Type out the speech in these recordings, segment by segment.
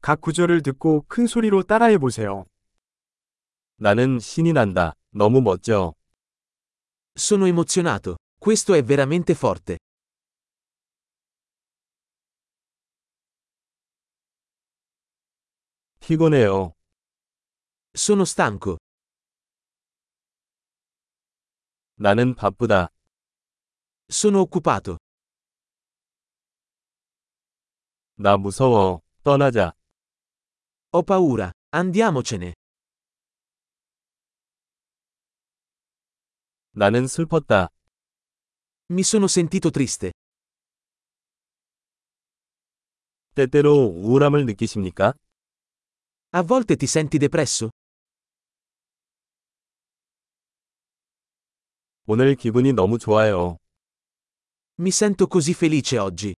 각 구절을 듣고 큰 소리로 따라해 보세요. 나는 신이 난다. 너무 멋져. Sono emozionato. Questo è veramente forte. 피곤해요. Sono stanco. 나는 바쁘다. Sono occupato. 나 무서워. 떠나자. Ho paura. Andiamocene. 나는 슬펐다. Mi sono sentito triste. 때때로 우울함을 느끼십니까? A volte ti senti depresso? 오늘 기분이 너무 좋아요. Mi sento così felice oggi.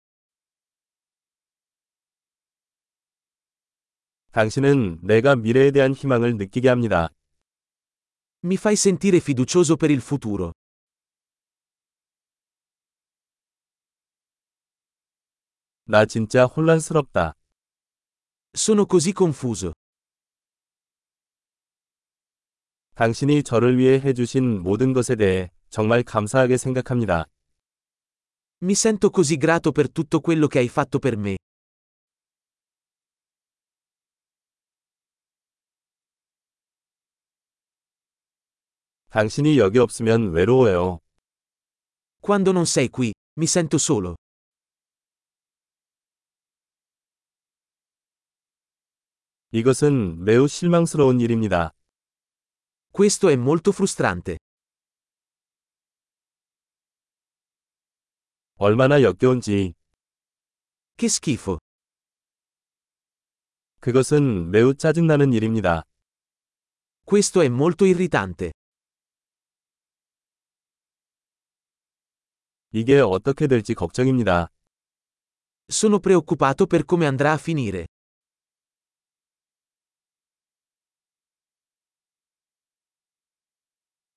당신은 내가 미래에 대한 희망을 느끼게 합니다. Mi fai sentire fiducioso per il futuro. 나 진짜 혼란스럽다. Sono così confuso. 당신이 저를 위해 해주신 모든 것에 대해 정말 감사하게 생각합니다. Mi sento così grato per tutto quello che hai fatto per me. 당신이 여기 없으면 외로워요. Quando non sei qui, mi sento solo. 이것은 매우 실망스러운 일입니다. Questo è molto frustrante. 얼마나 역겨운지. Che schifo. 그것은 매우 짜증나는 일입니다. Questo è molto irritante. 이게 어떻게 될지 걱정입니다. Sono preoccupato per come andrà a finire.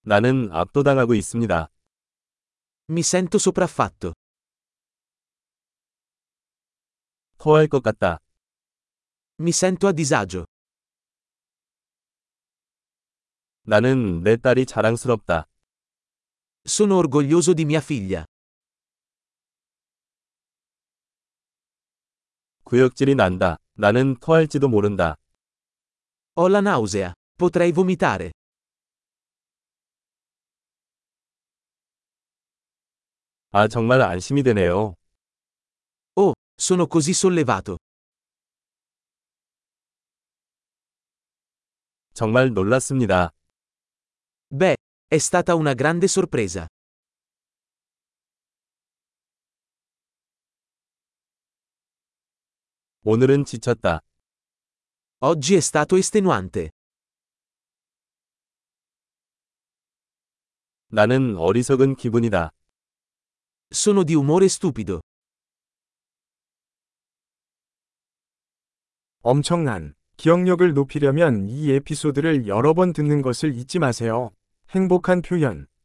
나는 압도당하고 있습니다. Mi sento sopraffatto. 토할 것 같다. Mi sento a disagio. 나는 내 딸이 자랑스럽다. Sono orgoglioso di mia figlia. 구역질이 난다. 나는 토할지도 모른다. Ho la nausea. Potrei vomitare. 아, 정말 안심이 되네요. Oh, sono così sollevato. 정말 놀랐습니다. Beh, è stata una grande sorpresa. 오늘은 지쳤다. Oggi è stato estenuante. 나는 어리석은 기분이다. Sono di umore stupido. 엄청난 기억력을 높이려면 이 에피소드를 여러 번 듣는 것을 잊지 마세요. 행복한 표현